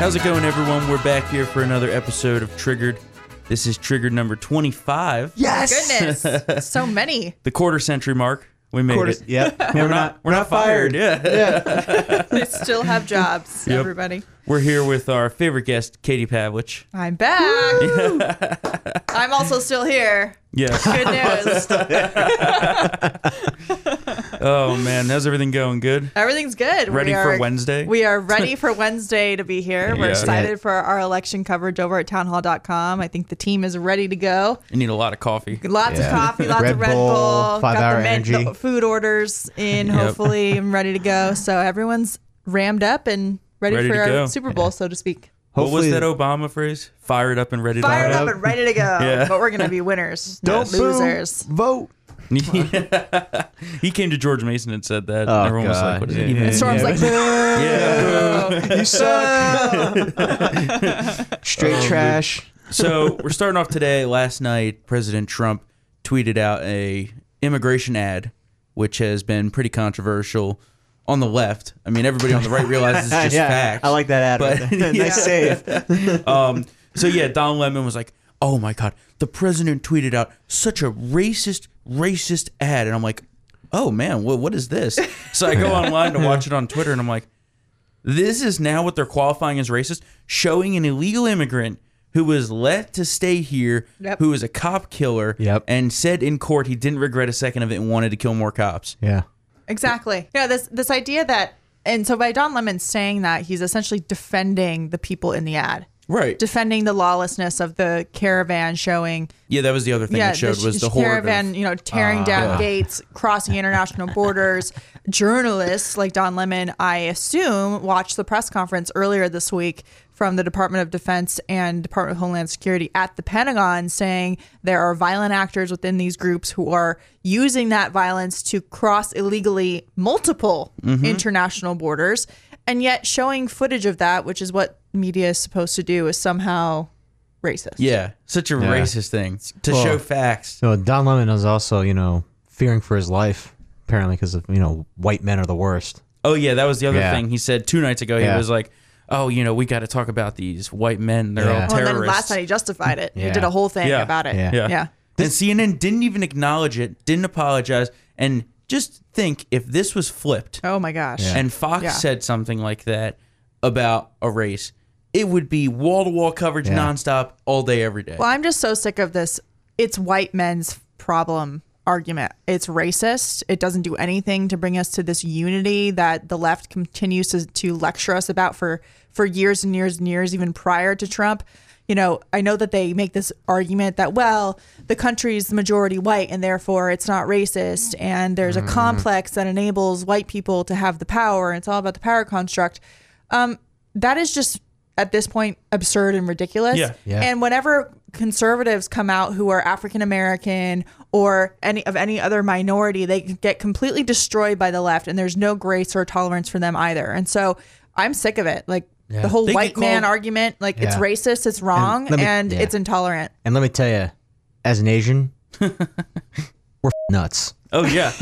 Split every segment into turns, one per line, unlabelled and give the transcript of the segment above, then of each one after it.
How's it going, everyone? We're back here for another episode of Triggered. This is Triggered number 25,
Yes.
Goodness, so many.
the quarter century mark. We made
Quarter-
it.
Yep.
We're not, we're not fired. Yeah.
They still have jobs,
Yep.
everybody.
We're here with our favorite guest, Katie Pavlich.
I'm back. I'm also still here.
Yes.
Good news.
oh, man. How's everything going? Good?
Everything's good.
Ready
we
for
are,
Wednesday?
We are ready for Wednesday to be here. We're
Yeah.
excited for our election coverage over at townhall.com. I think the team is ready to go.
I need a lot of coffee.
Lots
Yeah.
of coffee, lots
Red
of Red
Bull,
Bull,
five-hour
got the, men-
energy.
the food orders in,
Yep.
hopefully, and ready to go. So everyone's rammed up and ready,
Ready
for
to
our
go.
Super Bowl, so to speak.
What was
Hopefully-
that Obama phrase? Fired up and ready to
fired up
light
and ready to go.
Yeah.
But we're gonna be winners,
Don't
not losers.
boo. Vote.
he came to George Mason and said that.
Oh,
Everyone was like,
God.
what does it
Yeah.
even
And
mean?
Storm's like, "Boo."
You suck. Straight
Oh,
trash.
so we're starting off today. Last night, President Trump tweeted out a immigration ad, which has been pretty controversial on the left. I mean, everybody on the right realizes it's just
yeah,
facts.
I like that ad.
But-
right there.
Yeah.
nice save.
Um, so yeah, Don Lemon was like, "Oh my God, the president tweeted out such a racist, racist ad," and I'm like, "Oh man, what what is this?" So I go online to watch it on Twitter, and I'm like, "This is now what they're qualifying as racist, showing an illegal immigrant." Who was let to stay here?
Yep.
Who was a cop killer?
Yep.
And said in court he didn't regret a second of it and wanted to kill more cops.
Yeah.
Exactly. Yeah, this this idea that and so by Don Lemon saying that, he's essentially defending the people in the ad.
Right.
Defending the lawlessness of the caravan showing
Yeah, that was the other thing it showed
sh-
was the Ah.
sh-
horde. of-
caravan, you know, tearing down gates, crossing international borders. Journalists like Don Lemon, I assume, watched the press conference earlier this week from the Department of Defense and Department of Homeland Security at the Pentagon saying there are violent actors within these groups who are using that violence to cross illegally multiple
Mm-hmm.
international borders and yet showing footage of that, which is what media is supposed to do is somehow racist.
yeah, such a racist thing to
Well-
show facts.
So Don Lemon is also, you know, fearing for his life apparently because of you know white men are the worst.
Oh yeah, that was the other
Yeah.
thing he said two nights ago.
Yeah.
He was like, "Oh, you know, we got to talk about these white men. They're
Yeah.
all
Well,
terrorists."
and then last night he justified it. He
Yeah.
did a whole thing
Yeah.
about it.
Yeah.
yeah.
yeah.
and CNN didn't even acknowledge it, didn't apologize, and just think if this was flipped
Oh my gosh.
and Fox
Yeah.
said something like that about a race, it would be wall to wall coverage
Yeah.
nonstop all day every day.
Well, I'm just so sick of this. It's white men's problem argument. It's racist. It doesn't do anything to bring us to this unity that the left continues to, to lecture us about for for years and years and years, even prior to Trump. You know, I know that they make this argument that well, the country's majority white and therefore it's not racist, and there's a complex that enables white people to have the power. And it's all about the power construct. Um, that is just at this point absurd and ridiculous.
Yeah.
Yeah.
And whenever conservatives come out who are African American or any of any other minority, they get completely destroyed by the left, and there's no grace or tolerance for them either. And so I'm sick of it. Like the whole
They get
white man
called-
argument, like it's
Yeah.
racist, it's wrong,
let
and,
me- yeah.
it's intolerant.
And let me tell you, as an Asian, we're nuts.
oh yeah,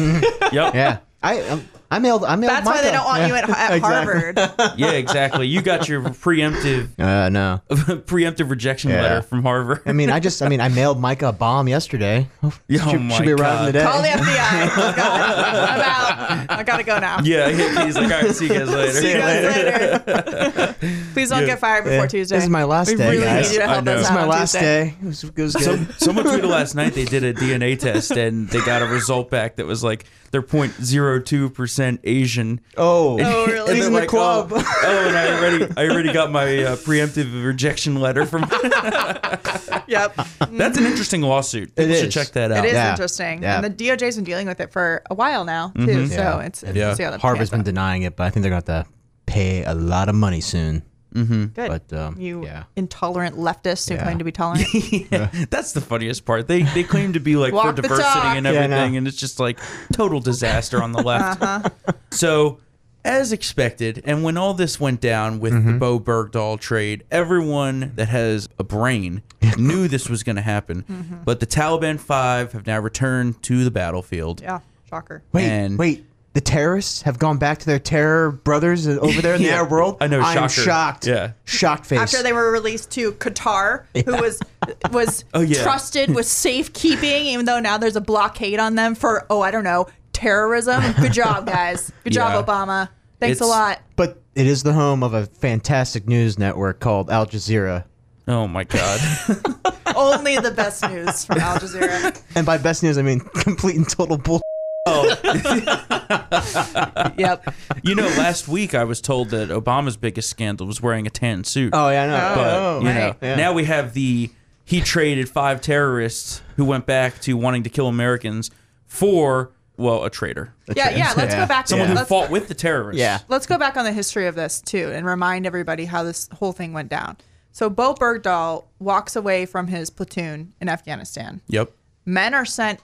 yep,
Yeah, I I'm, I mailed I mailed.
That's why they don't want you at, at Harvard.
yeah, exactly. You got your preemptive
Uh, no.
preemptive rejection
Yeah.
letter from Harvard. Oh
I mean, I just, I mean, I mailed Micah a bomb yesterday. should,
my
should be
God.
arriving today.
Call the FBI. Let's go. I'm out. I gotta go now.
yeah, he's like, all right, see you guys later.
See you guys later. Please don't get fired before
Yeah.
Tuesday.
This is my last
we
day,
really
guys.
Need you to
I
help
know.
us
This
out
is my
on
last
Tuesday.
day. It was, it was good.
Someone tweeted last night they did a DNA test and they got a result back that was like they're 0.02 percent Asian.
Oh.
Oh, really?
And
He's
they're
in the
oh,
club.
Oh, and I already, I already got my uh, preemptive rejection letter from.
Yep.
That's an interesting lawsuit. People
It
should
is.
check that out.
It is
Yeah.
interesting,
Yeah. Mm-hmm.
and the DOJ's been dealing with it for a while now too. So
Yeah.
it's, it's
Yeah.
see how that
Harvard's been
pans
denying it, but I think they're going to have to pay a lot of money soon.
out. good.
But um,
you
yeah.
intolerant leftists who
Yeah.
claim to be tolerant.
That's the funniest part. They they claim to be like for
Walk the
diversity
talk.
and
Yeah, I
everything,
know.
and it's just like total disaster on the left.
Uh-huh.
So, as expected, and when all this went down with the Bo Bergdahl trade, everyone that has a brain knew this was going to happen.
Mm-hmm.
But the Taliban Five have now returned to the battlefield.
yeah, shocker.
Wait,
And-
wait.
the terrorists have gone back to their terror brothers over there in the
Yeah.
Arab world.
I know,
I'm
shocker.
shocked.
Yeah.
shocked face.
after they were released to Qatar, who was was
Oh, yeah.
trusted with safekeeping, even though now there's a blockade on them for oh I don't know terrorism. Good job, guys. Good
Yeah.
job, Obama. Thanks a
It's-
lot.
but
It is the home of a fantastic news network called Al Jazeera.
Oh my god.
Only the best news from Al Jazeera.
And by best news, I mean complete and total bull.
Yep.
you know, last week I was told that Obama's biggest scandal was wearing a tan suit.
oh yeah, I know.
but
Oh,
you know,
right.
Yeah.
now we have the he traded five terrorists who went back to wanting to kill Americans for well, a traitor,
Yeah, yeah. Let's
Yeah.
go back.
someone
to,
who
let's,
fought with the terrorists.
Yeah.
let's go back on the history of this too and remind everybody how this whole thing went down. So Bo Bergdahl walks away from his platoon in Afghanistan.
Yep.
men are sent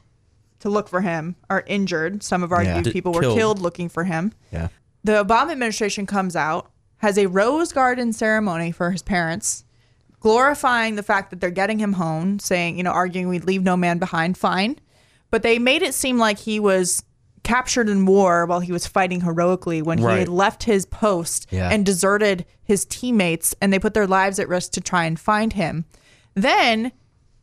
to look for him are injured some of our
Yeah.
D-
youth people
killed.
were killed looking for him
Yeah.
the obama administration comes out has a rose garden ceremony for his parents glorifying the fact that they're getting him home saying you know arguing we leave no man behind fine but they made it seem like he was captured in war while he was fighting heroically when he
Right.
had left his post
Yeah.
and deserted his teammates and they put their lives at risk to try and find him then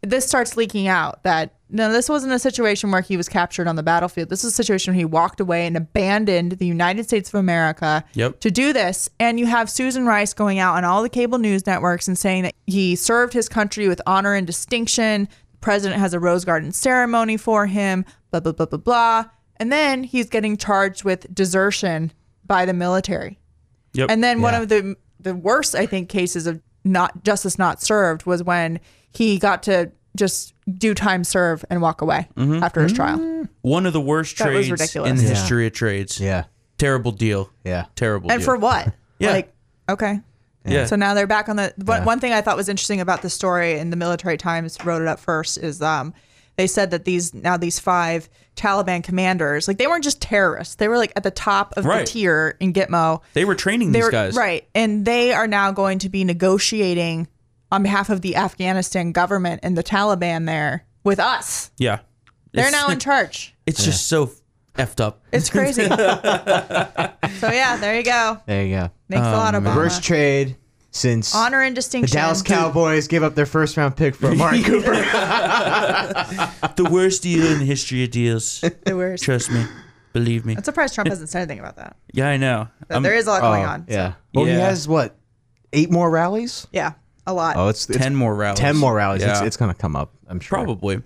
this starts leaking out that no, this wasn't a situation where he was captured on the battlefield. This is a situation where he walked away and abandoned the United States of America
Yep.
to do this. And you have Susan Rice going out on all the cable news networks and saying that he served his country with honor and distinction. The president has a Rose Garden ceremony for him, blah, blah, blah, blah, blah. And then he's getting charged with desertion by the military.
Yep.
And then one
Yeah.
of the the worst, I think, cases of not justice not served was when he got to just do time serve and walk away after his trial.
one of the worst
That was
trades
ridiculous.
in the
Yeah.
history of trades.
Yeah.
Terrible deal.
Yeah.
Terrible.
And
deal.
for what?
Yeah.
Like, okay.
yeah.
So now they're back on the. One, one thing I thought was interesting about the story, and the Military Times wrote it up first, is um, they said that these now these five Taliban commanders, like they weren't just terrorists, they were like at the top of
Right.
the tier in Gitmo.
they were training
they
these
were
guys.
right, and they are now going to be negotiating on behalf of the Afghanistan government and the Taliban there with us.
Yeah.
They're
It's-
now in charge.
It's just so effed up.
It's crazy. so yeah, there you go.
There you go.
Thanks a lot,
Oh,
Obama.
Worst trade since
Honor and
the
distinction.
Dallas Cowboys gave up their first round pick for Amari Cooper.
the worst deal in the history of deals.
The worst.
Trust me. Believe me.
I'm surprised Trump hasn't said anything about that.
Yeah, I know.
But
I'm-
there is a lot
Oh,
going on. so-
yeah. Well, he
Um, Yeah.
has what? Eight more rallies?
yeah, a lot.
Oh, it's, it's
ten more rallies.
ten more rallies. It's,
Yeah.
it's going to come up, I'm sure.
Probably.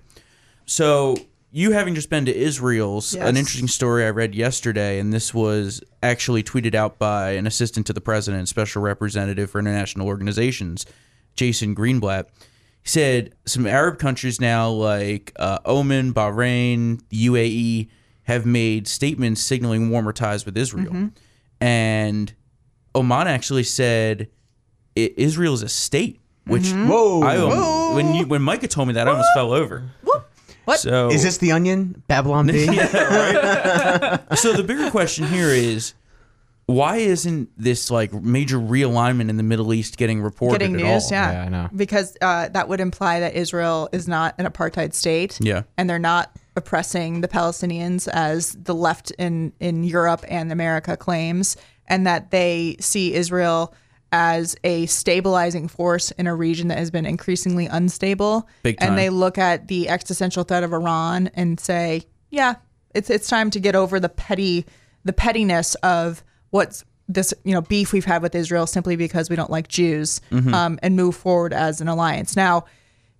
So you having just been to Israel's
Yes.
an interesting story I read yesterday, and this was actually tweeted out by an assistant to the president, special representative for international organizations, Jason Greenblatt. He said some Arab countries now, like uh, Oman, Bahrain, UAE, E, have made statements signaling warmer ties with Israel, and Oman actually said I- Israel is a state, which
Mm-hmm.
Whoa.
I um, when you when Micah told me that I almost fell over.
What?
So
Is this the onion? Babylon B?
so the bigger question here is why isn't this like major realignment in the Middle East getting reported
Getting
at
news,
all?
yeah.
Yeah, I know.
Because uh, that would imply that Israel is not an apartheid state.
Yeah.
And they're not oppressing the Palestinians as the left in, in Europe and America claims, and that they see Israel as a stabilizing force in a region that has been increasingly unstable.
Big time.
And they look at the existential threat of Iran and say, yeah, it's it's time to get over the petty the pettiness of what's this you know beef we've had with Israel simply because we don't like Jews
Mm-hmm.
um, and move forward as an alliance. Now,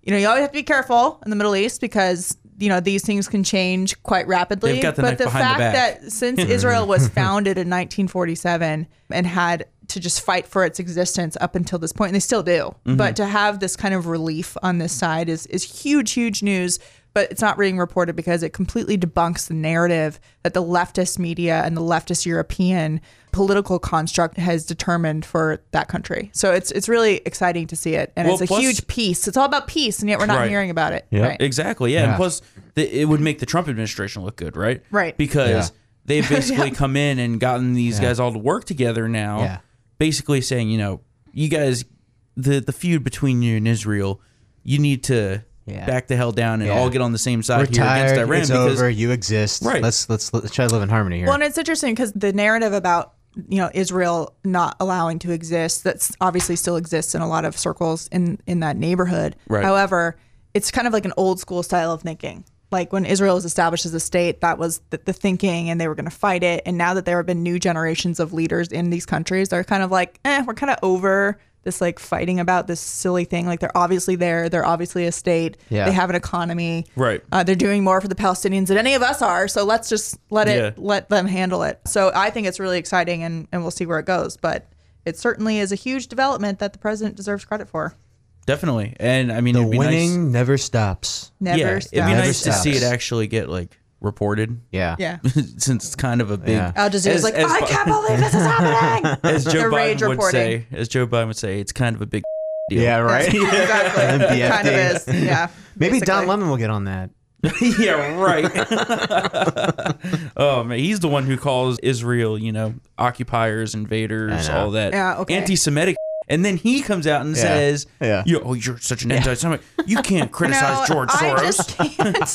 you know, you always have to be careful in the Middle East because you know these things can change quite rapidly.
They've got the
but
knife
the
behind the
fact
back.
that since Israel was founded in 1947 and had to just fight for its existence up until this point, and they still do.
Mm-hmm.
But to have this kind of relief on this side is is huge, huge news. But it's not being reported because it completely debunks the narrative that the leftist media and the leftist European political construct has determined for that country. So it's it's really exciting to see it, and
Well,
it's a
plus-
huge piece. It's all about peace, and yet we're not
Right.
hearing about it.
Yeah.
Right.
Exactly. Yeah. And plus, the, it would make the Trump administration look good, right?
Right.
Because
Yeah.
they've basically come in and gotten these guys all to work together now,
Yeah.
basically saying, you know, you guys, the, the feud between you and Israel, you need to
Yeah.
back the hell down and
Yeah.
all get on the same side
We're
here against
tired.
Iran
it's
because
over. You exist.
Right.
Let's, let's let's try to live in harmony here.
Well, and it's interesting because the narrative about you know Israel not allowing to exist that's obviously still exists in a lot of circles in in that neighborhood.
Right.
However, it's kind of like an old school style of thinking. Like when Israel was established as a state, that was the, the thinking, and they were going to fight it. And now that there have been new generations of leaders in these countries, they're kind of like, eh, we're kind of over this like fighting about this silly thing. Like they're obviously there, they're obviously a state,
Yeah.
they have an economy,
Right.
uh, they're doing more for the Palestinians than any of us are. So let's just let it
Yeah.
let them handle it. So I think it's really exciting, and and we'll see where it goes. But it certainly is a huge development that the president deserves credit for.
definitely. And I mean,
the
it'd be
winning never stops.
Nice,
Never.
yeah, it'd be
stops.
nice
stops.
to see it actually get like reported.
Yeah.
Yeah.
Since it's kind of a big,
Yeah.
Al Jazeera's
As-
like,
as
I
Bi-
can't believe this is happening.
as Joe
The rage
Biden would
reporting.
say, as Joe Biden would say, it's kind of a big deal.
Yeah, right.
exactly. It kind of
NBFD.
is. Yeah.
Maybe Don
basically.
Lemon will get on that.
yeah, right. oh man, he's the one who calls Israel, you know, occupiers, invaders,
I know.
all that
Yeah, okay.
anti-Semitic. And then he comes out and says,
Yeah.
You, "Oh, you're such an anti-Semitic. You can't criticize
No,
George
I
Soros."
just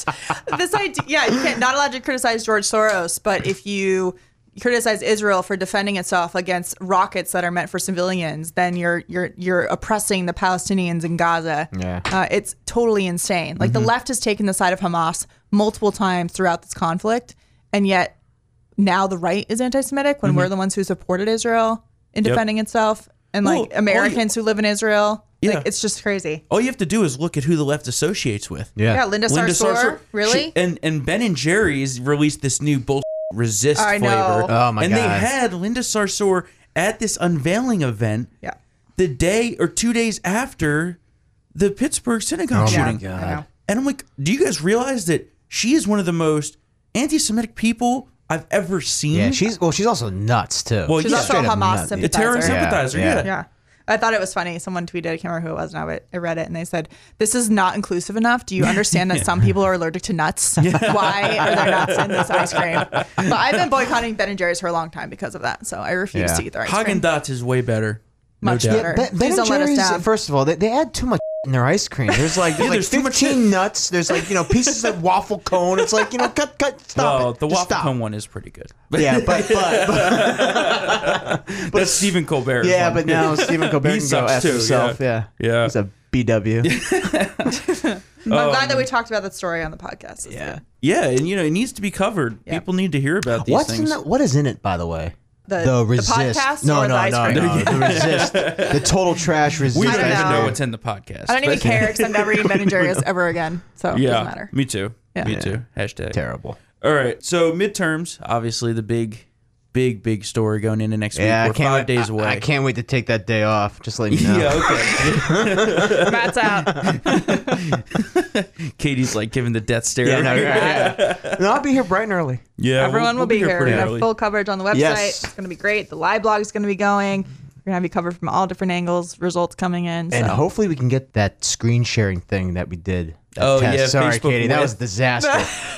can't. this idea, yeah, you can't. Not allowed to criticize George Soros, but if you criticize Israel for defending itself against rockets that are meant for civilians, then you're you're you're oppressing the Palestinians in Gaza.
Yeah.
uh, it's totally insane. Like
Mm-hmm.
the left has taken the side of Hamas multiple times throughout this conflict, and yet now the right is anti-Semitic
Mm-hmm.
when we're the ones who supported Israel in defending itself, and
Well,
like Americans who live in Israel.
Yeah.
Like, it's just crazy.
all you have to do is look at who the left associates with.
Yeah, Linda, Sarsour,
Sarsour-
really?
she- and and Ben and Jerry's released this new bull resist
I know.
flavor.
Oh, my
and And
God.
they had Linda Sarsour at this unveiling event.
Yeah.
The day or two days after the Pittsburgh synagogue
Oh, my
shooting.
God.
I know.
And I'm like, do you guys realize that she is one of the most anti-Semitic people I've ever seen?
Yeah, she's well. She's also nuts too.
Well, She's yeah.
also a
Straight up
Hamas
nuts.
a
sympathizer.
terrorist
Yeah,
sympathizer.
yeah.
Yeah.
Yeah. I thought it was funny. Someone tweeted, I can't remember who it was, and I w- I read it, and they said, This is not inclusive enough. Do you understand that some people are allergic to nuts? Why are there nuts in this ice cream? But I've been boycotting Ben and Jerry's for a long time because of that. So I refuse
Yeah.
to eat their ice
Haagen
cream.
Dazs is way better. No
Much
doubt.
better.
Ben,
Please
Ben and
don't let us
Jerry's,
down.
first of all, they, they add too much in their ice cream. There's like, there's like
there's too much
15 nuts. There's like, you know, pieces of waffle cone. It's like, you know, cut, cut, stop.
Well,
it.
the
Just
waffle
stop.
cone one is pretty good.
Yeah, but, but, but
That's Stephen Colbert.
yeah, but now Stephen Colbert
He
can go
sucks
F
too,
himself. Yeah.
Yeah.
He's a BW.
I'm glad that we talked about that story on the podcast. Yeah.
Yeah, and you know it needs to be covered.
Yeah.
People need to hear about these
What's in
things.
the, what is in it, by the way?
The-
the
Uh, the
resist.
podcast
no,
or
no,
the ice
no,
cream?
no. the resist. The total trash resist.
we don't
don't
even
know.
know. what's in the podcast.
I don't even
but-
care because I'm never eating Ben and Jerry's ever again. So it doesn't
Yeah,
matter.
me too.
Yeah.
Me too. Hashtag.
Terrible.
All right. So midterms, obviously the big, big, big story going into next
Yeah, I
week. We're
can't
five
wait-
days
I-
away.
I, can't wait to take that day off. Just let me know.
Yeah. Okay.
Matt's out.
Katie's like giving the death stare.
Yeah, no, yeah, yeah. No, I'll be here bright and early.
Yeah, we'll-
Everyone will
we'll
be here. We're
pretty
gonna have
early.
full coverage on the website.
Yes.
It's gonna be great. The live blog is gonna be going. We're gonna have you covered from all different angles. Results coming in. So.
And hopefully we can get that screen sharing thing that we did. that
Oh,
test.
yeah,
sorry,
Facebook
Katie, that
Live.
was a disaster.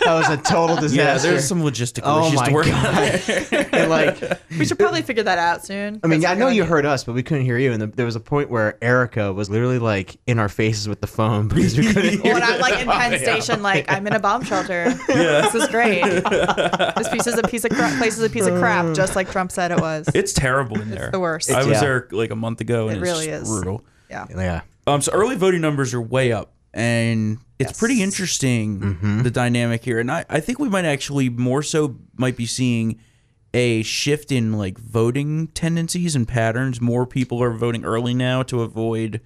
that was a total disaster.
Yeah, there's some logistical
Oh
issues
my
to work on.
god! and like,
we should probably figure that out soon.
I mean, I know you
heard.
heard us, but we couldn't hear you. And the, there was a point where Erica was literally like in our faces with the phone because we couldn't hear.
Well, and I'm like in Penn Station, like I'm in a bomb shelter. This is great. this piece is a piece of crap. Place is a piece of
Uh.
crap, just like Trump said it was.
It's terrible in there.
the worst.
I was
Yeah.
there like a month ago, and
It
it's
really
just
is.
brutal.
yeah.
Yeah,
Um, so early voting numbers are way up, and it's pretty interesting
Mm-hmm.
the dynamic here. And I, I think we might actually more so might be seeing a shift in like voting tendencies and patterns. More people are voting early now to avoid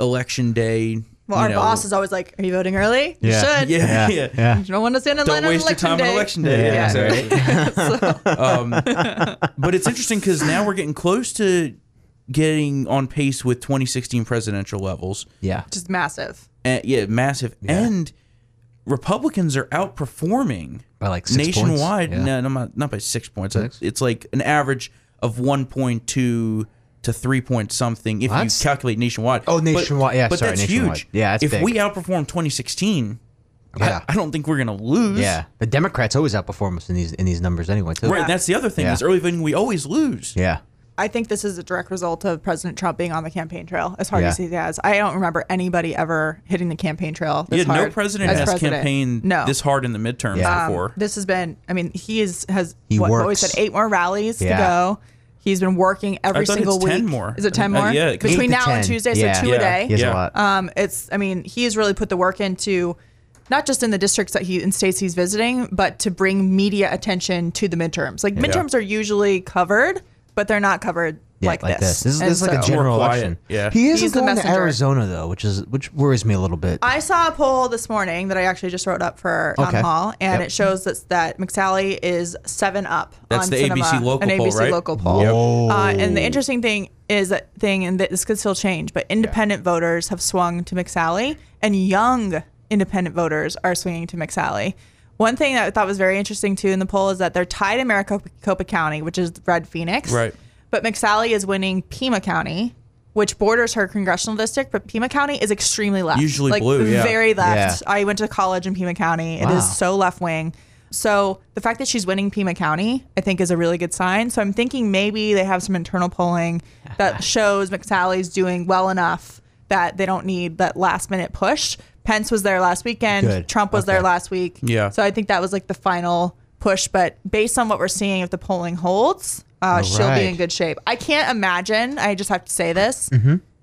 election day.
Well,
you
our
know.
boss is always like, "Are you voting early? You
Yeah.
should.
yeah,
yeah,
yeah.
yeah.
You don't want to stand in line
Don't
on
waste your
election
time
day.
on election day.
Yeah,
exactly. um, but it's interesting because now we're getting close to getting on pace with 2016 presidential levels.
yeah.
Just massive.
and, yeah, massive. And Republicans are outperforming
By like six points?
nationwide.
Yeah.
No, no, not, not by six points. It's like an average of one point two to three point something if
That's-
you calculate nationwide.
Oh,
But-
nationwide. Yeah,
but
sorry,
that's
nationwide.
huge.
Yeah, that's
if
big.
we outperform 2016, I-
Yeah.
I, don't think we're gonna lose.
Yeah, the Democrats always outperform us in these in these numbers anyway. Too.
right. And that's the other thing
Yeah.
is early voting. We always lose.
Yeah.
I think this is a direct result of President Trump being on the campaign trail as hard
Yeah.
as he has. I don't remember anybody ever hitting the campaign trail. This
yeah,
hard
no president
as
has
president.
campaigned
no. Um,
this hard in the midterms
Yeah.
before.
This has been. I mean, he is has
He
what, always
works.
said eight more rallies to
Yeah.
go. He's been working every
I thought
single
it's
week.
10 more.
Is it ten
Uh,
more?
yeah, it could-
between
Eight to
now and
10.
Tuesday,
Yeah.
so two
Yeah.
a day.
He has
Yeah.
a lot.
Um, it's, I mean, he has really put the work into not just in the districts that he in states he's visiting, but to bring media attention to the midterms. Like midterms are usually covered, but they're not covered
Yeah,
like,
this. This is, this is
And
like a
so-
general
More quiet,
election.
yeah.
He isn't
He's the
going to
messenger.
Arizona though, which is which worries me a little bit.
I saw a poll this morning that I actually just wrote up for town
Okay.
hall, and
Yep.
it shows that that McSally is seven up.
That's
on
the
cinema,
ABC local
an
poll,
ABC
right?
local poll.
Whoa.
Uh, and the
Oh.
interesting thing is that thing, and this could still change, but independent voters have swung to McSally, and young independent voters are swinging to McSally. One thing that I thought was very interesting too in the poll is that they're tied in Maricopa County, which is Red Phoenix,
Right.
But McSally is winning Pima County. Which borders her congressional district, but Pima County is extremely left.
Usually
like
blue, yeah.
very left.
Yeah.
I went to college in Pima County. It is
Wow.
so left wing. So the fact that she's winning Pima County, I think, is a really good sign. So I'm thinking maybe they have some internal polling that shows McSally's doing well enough that they don't need that last minute push. Pence was there last weekend.
Good.
Trump was there
Okay.
last week.
Yeah.
So I think that was like the final push. But based on what we're seeing, if the polling holds, uh,
All
she'll be in
right. Mm-hmm.
good shape. I can't imagine. I just have to say this.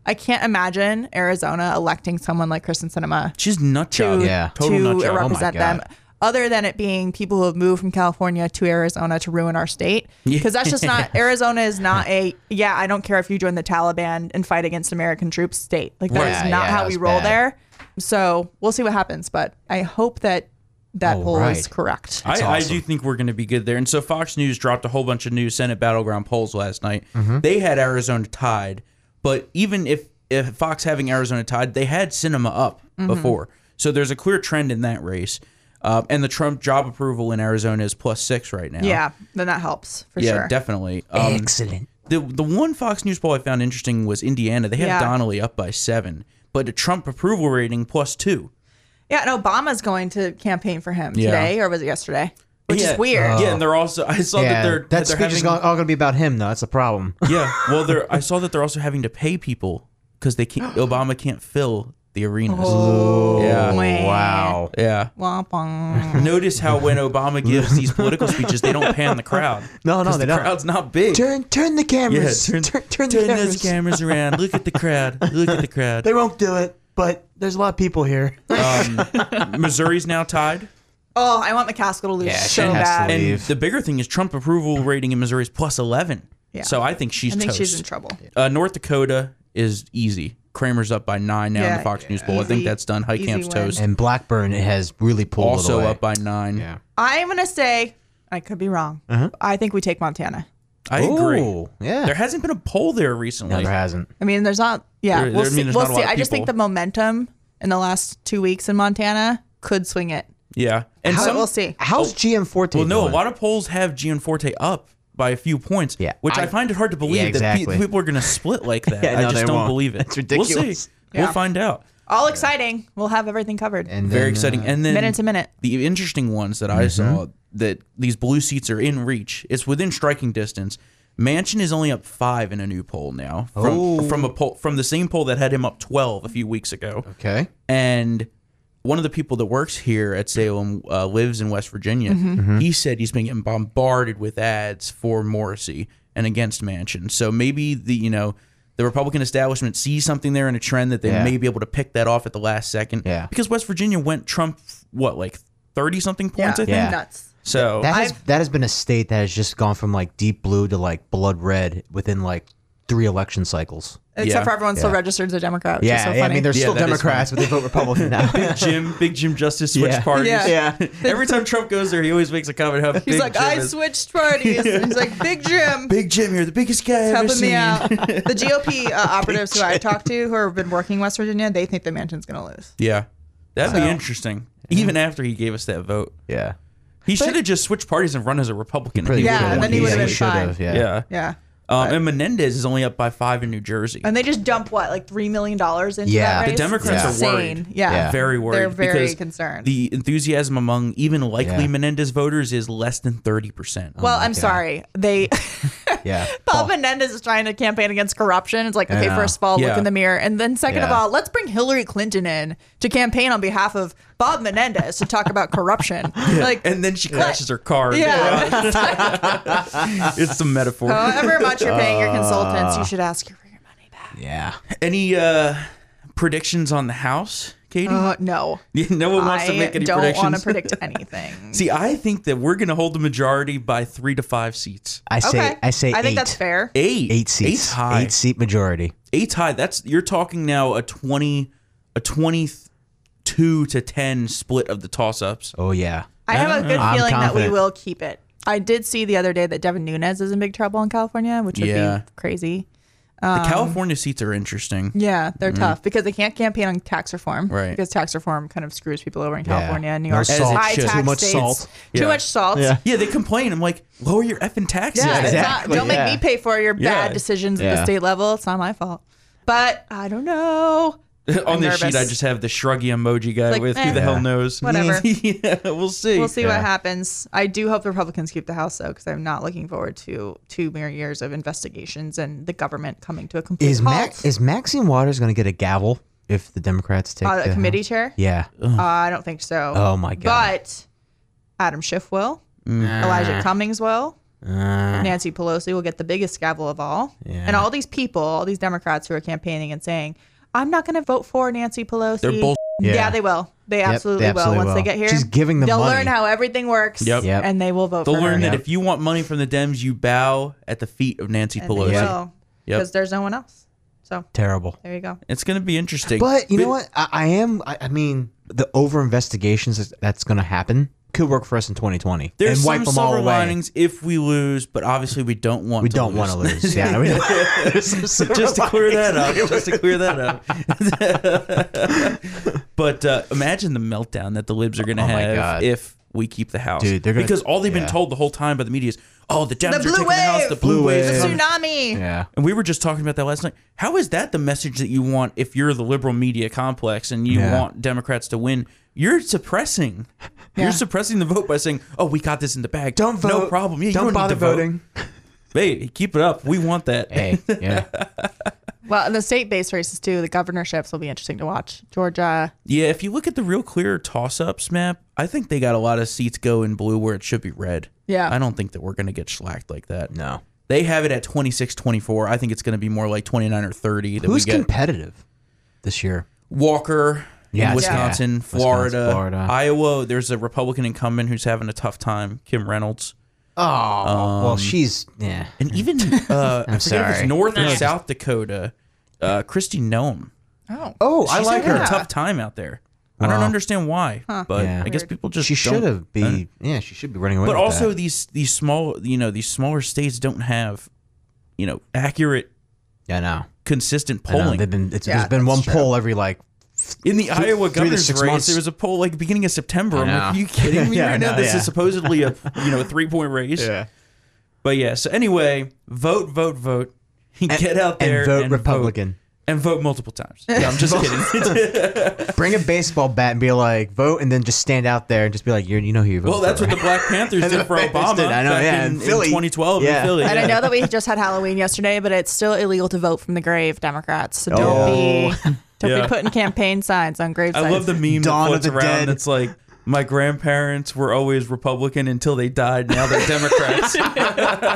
I can't imagine Arizona electing someone like Kristen Cinema
She's nut job.
To- Yeah.
Total nut
to
job. Oh
represent them
Oh God.
other than it being people who have moved from California to Arizona to ruin our state
Yeah.
because that's just not Arizona is not a yeah I don't care if you join the Taliban and fight against American troops state like that is
Right.
not
Yeah,
how
that
we
was
roll
bad.
there so we'll see what happens but I hope that that
All
poll is
Oh, right.
correct
I, I
awesome.
do think we're going to be good there. And so Fox News dropped a whole bunch of new Senate battleground polls last night.
Mm-hmm.
They had Arizona tied, but even if if Fox having Arizona tied, they had Cinema up
Mm-hmm.
before. So there's a clear trend in that race. Uh, and the Trump job approval in Arizona is plus six right now.
yeah then that helps for
yeah,
sure
definitely. Um,
Excellent.
the the one Fox News poll I found interesting was Indiana. They had
Yeah.
Donnelly up by seven, but a Trump approval rating plus two.
yeah and Obama's going to campaign for him
Yeah.
today or was it yesterday which
yeah.
is weird
yeah, and they're also I saw oh, that
Yeah,
they're
that
they're
speech is
having-
all, going to be about him though. That's the problem.
Yeah. Well, they're. I saw that they're also having to pay people because they can't. Obama can't fill the arenas.
oh
Yeah.
man.
Wow.
Yeah.
Womp womp.
Notice how when Obama gives these political speeches, they don't pan the crowd.
No, no,
'Cause
they
the
don't.
crowd's not big.
Turn turn the
yeah,
cameras.
turn,
turn,
turn,
the
those
cameras.
cameras around. Look at the crowd. Look at the crowd.
They won't do it, but there's a lot of people here.
Um, Missouri's now tied,
Oh, I want McCaskill to lose
Yeah, she
so
has to
bad.
lose.
and
Leave.
the bigger thing is Trump approval rating in Missouri is plus eleven.
Yeah.
So I think she's
I think
toast.
she's in trouble.
Uh, North Dakota is easy. Kramer's up by nine now in the
Yeah,
Fox News poll. I think
easy-
that's done.
easy
Heitkamp's
win.
toast.
And Blackburn has really pulled it
also
away.
up by nine.
yeah.
I'm gonna say I could be wrong.
Uh-huh.
I think we take Montana.
I agree.
Ooh, yeah.
There hasn't been a poll there recently.
No, there hasn't.
I mean, there's not. Yeah,
There- there-
we'll
I mean,
see.
there's
we'll
not a
see.
lot of
I just think
people.
the momentum in the last two weeks in Montana could swing it.
yeah. And
But
some, Oh,
we'll see.
How's GM Forte?
Well, no, a
doing?
lot of polls have Gianforte up by a few points,
Yeah,
which I,
I-
find it hard to believe that
exactly.
pe- people are going to split like that.
Yeah,
I
no,
just
they
don't
won't.
believe it.
It's
We'll
ridiculous.
see. We'll find out.
All exciting. We'll have everything covered.
And
Very
then,
exciting.
uh, Mm-hmm.
And then
minute to minute.
the interesting ones that I saw that these blue seats are in reach. It's within striking distance. Mansion is only up five in a new poll now from,
Oh.
from a poll from the same poll that had him up twelve a few weeks ago.
okay.
and one of the people that works here at Salem uh, lives in West Virginia.
Mm-hmm.
He said he's been getting bombarded with ads for Morrissey and against Manchin. So maybe the you know the Republican establishment sees something there in a trend that they
Yeah.
may be able to pick that off at the last second.
Yeah.
because West Virginia went Trump what like thirty something points I think.
Yeah.
nuts.
So
That has
I've-
that has been a state that has just gone from like deep blue to like blood red within like three election cycles.
Except
Yeah.
for everyone still
Yeah.
registered as a Democrat. Which is
Yeah,
so
yeah I
funny.
mean they're
Yeah,
still
that is
Democrats, but they vote Republican now.
Jim, Big Jim Justice switched
Yeah.
parties.
Yeah.
yeah.
Every time Trump goes there, he always makes a comment. How
He's
Big
like,
Jim
I
is.
switched parties. And He's like, Big Jim.
Big Jim, you're the biggest guy I've ever
Helping
seen.
me out. The GOP uh, operatives who I talked to who have been working in West Virginia, they think the mansion's going to lose.
Yeah, that'd be
So-
interesting. Even after he gave us that vote.
yeah.
He should have just switched parties and run as a Republican.
Pretty
He
Yeah,
would've won
then
would've
he
easily.
would've
yeah,
been
should
fine.
have. Yeah.
Yeah.
Yeah.
Um, and Menendez is only up by five in New Jersey.
And they just dump what, like three million dollars into
Yeah.
that
The
race?
Democrats
It's
are
insane.
worried.
Yeah.
Yeah.
very worried.
They're very
because
concerned.
The enthusiasm among even likely
Yeah.
Menendez voters is less than thirty percent.
well,
my
I'm
God.
sorry. They
Yeah.
Paul Menendez is trying to campaign against corruption. It's like, okay,
Yeah.
first of all,
Yeah.
look in the mirror. And then second of
Yeah.
all, let's bring Hillary Clinton in to campaign on behalf of Bob Menendez to talk about corruption. Like
and then she crashes her car.
Yeah. Uh-huh.
it's the metaphor.
however much you're paying
Uh.
your consultants, you should ask for your money back.
Yeah.
any uh, predictions on the house, Katie?
Uh, no.
Yeah, no one wants
I
to make any
don't want to
predictions.
predict anything.
See, I think that we're going to hold the majority by three to five seats.
I say.
okay.
I say.
I think
eight.
that's fair.
Eight,
Eight seats.
eight's high,
Eight seat majority.
eight's high. That's you're talking now a twenty, a twenty-two to ten split of the toss-ups.
Oh yeah.
I have a good
I'm
feeling that we
confident.
will keep it. I did see the other day that Devin Nunes is in big trouble in California, which would
Yeah.
be crazy.
the California seats are interesting.
Yeah, they're
Mm-hmm.
tough because they can't campaign on tax reform.
Right.
Because tax reform kind of screws people over in
Yeah.
California and New
No
York.
salt.
is high
As it should.
tax
Too
much
states.
salt.
Yeah.
Too much salt.
Yeah.
Yeah, they complain. I'm like, lower your effing taxes.
Yeah,
That-
it's not-
exactly.
don't
Yeah.
make me pay for your
Yeah.
bad decisions at the
Yeah.
state level. It's not my fault. But I don't know.
On
I'm
this sheet,
nervous.
I just have the shruggy emoji guy
Like,
with
eh.
who the hell
Yeah.
knows.
Whatever.
yeah, we'll see.
We'll see what
Yeah.
happens. I do hope the Republicans keep the House though, because I'm not looking forward to two mere years of investigations and the government coming to a complete
Is
halt.
Max is Maxine Waters going to get a gavel if the Democrats take
uh,
the
the committee chair?
Yeah.
Uh, I don't think so.
Oh, my God. Mm.
But Adam Schiff will.
Ah.
Elijah Cummings will.
Uh,
Nancy Pelosi will get the biggest gavel of all.
Yeah.
And all these people, all these Democrats who are campaigning and saying, "I'm not going to vote for Nancy Pelosi."
They're bull-
Yeah.
Yeah.
they will. They
they
absolutely,
absolutely
will once they
will.
get here.
She's giving them
They'll
money.
learn how everything works.
Yep.
Yep.
And they will vote
They'll
for
learn
her.
that
Yep.
if you want money from the Dems, you bow at the feet of Nancy
And
Pelosi.
they will
Yep.
because there's no one else. So
terrible.
there you go.
It's going to be interesting.
But you know what? I, I am. I, I mean, the over investigations that's- that's going to happen could work for us in 2020
There's
and
some
wipe them all
silver
away.
linings if we lose, but obviously we don't want
we
to
don't want to lose. Yeah. we don't- there's some silver
just to clear that
linings.
up. Just to clear that up. but uh, imagine the meltdown that the libs are going to
Oh my
have
God.
if we keep the house.
Dude, they're gonna-
because all they've been
yeah.
told the whole time by the media is, "Oh, the Dems
The
are
blue
taking the house.
wave!
The blue,
Blue
wave.
wave.
is
The
coming."
tsunami.
Yeah.
And we were just talking about that last night. How is that the message that you want if you're the liberal media complex and you
Yeah.
want Democrats to win? You're suppressing.
Yeah.
You're suppressing the vote by saying, "Oh, we got this in the bag.
Don't vote.
No problem. Yeah, you
don't
need
bother
to vote.
voting.
Hey, keep it up. We want that.
Hey. Yeah.
Well, and the state-based races too. The governorships will be interesting to watch. Georgia.
Yeah, if you look at the real clear toss-ups map, I think they got a lot of seats go in blue where it should be red.
Yeah.
I don't think that we're going to get slacked like that.
No.
They have it at 26 24. I think it's going to be more like 29 or 30 that
Who's
we get.
competitive this year?
Walker,
Yeah,
in
it's-
Wisconsin,
yeah.
Florida,
Wisconsin, Florida.
Iowa. There's a Republican incumbent who's having a tough time, Kim Reynolds,
Oh, well, she's yeah.
Um, and even uh, I forget if it's
Mm. sorry.
North or South Dakota, uh, Christy Noem.
Oh.
Oh, I
She's
like
having
her.
a
Yeah.
tough time out there. I don't
Wow.
understand why, but
Yeah.
I guess people just
She
don't-
should have be yeah. She should be running away.
But
with
also
that.
these these small you know these smaller states don't have you know accurate
yeah, I know.
consistent
I know.
polling.
They've been it's,
Yeah,
there's been
that's
one
true.
poll every like
In the Iowa
three to
governor's
six
race,
months.
there was a poll like beginning of September. I'm
I
like,
know.
are you kidding me
Yeah, I
right now?
know,
This
yeah.
is supposedly a you know a three point race. But yeah. So anyway, vote, vote, vote. Get out there
and vote Republican.
and vote multiple times. No, I'm just kidding.
Bring a baseball bat and be like vote, and then just stand out there and just be like you you know who you vote
well, that's
for.
what the Black Panthers did for
Panthers
Obama.
did, I know,
back
yeah,
in,
in Philly.
in 2012 in
Yeah.
Philly.
And I
yeah.
know that we just had Halloween yesterday, but it's still illegal to vote from the grave, Democrats. So don't be don't
Oh. Yeah.
be putting campaign signs on grave
I
sites.
love the meme
Dawn
that
of
floats
the
around
Dead.
that's like my grandparents were always Republican until they died. Now they're Democrats.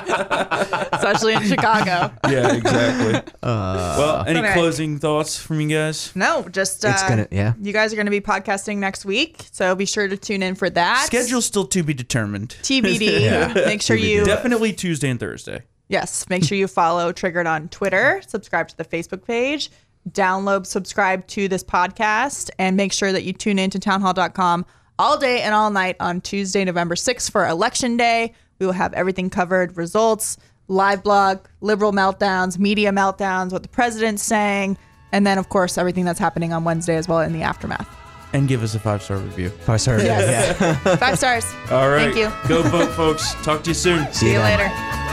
especially in Chicago.
yeah, exactly. well, any
Okay.
closing thoughts from you guys?
No, just uh,
It's gonna- yeah.
You guys are gonna be podcasting next week, so be sure to tune in for that.
Schedule's still to be determined.
TBD. Make sure you
Definitely Tuesday and Thursday.
yes, make sure you follow Triggered on Twitter, subscribe to the Facebook page, download, subscribe to this podcast, and make sure that you tune in to townhall.com all day and all night on Tuesday, November 6th for election day. We will have everything covered, results, live blog, liberal meltdowns, media meltdowns, what the president's saying, and then of course everything that's happening on Wednesday as well in the aftermath.
And give us a five star review.
Parts her-
Yes. Five stars.
All right.
Thank you.
Go vote, folks. Talk to you soon.
See you
then.
later.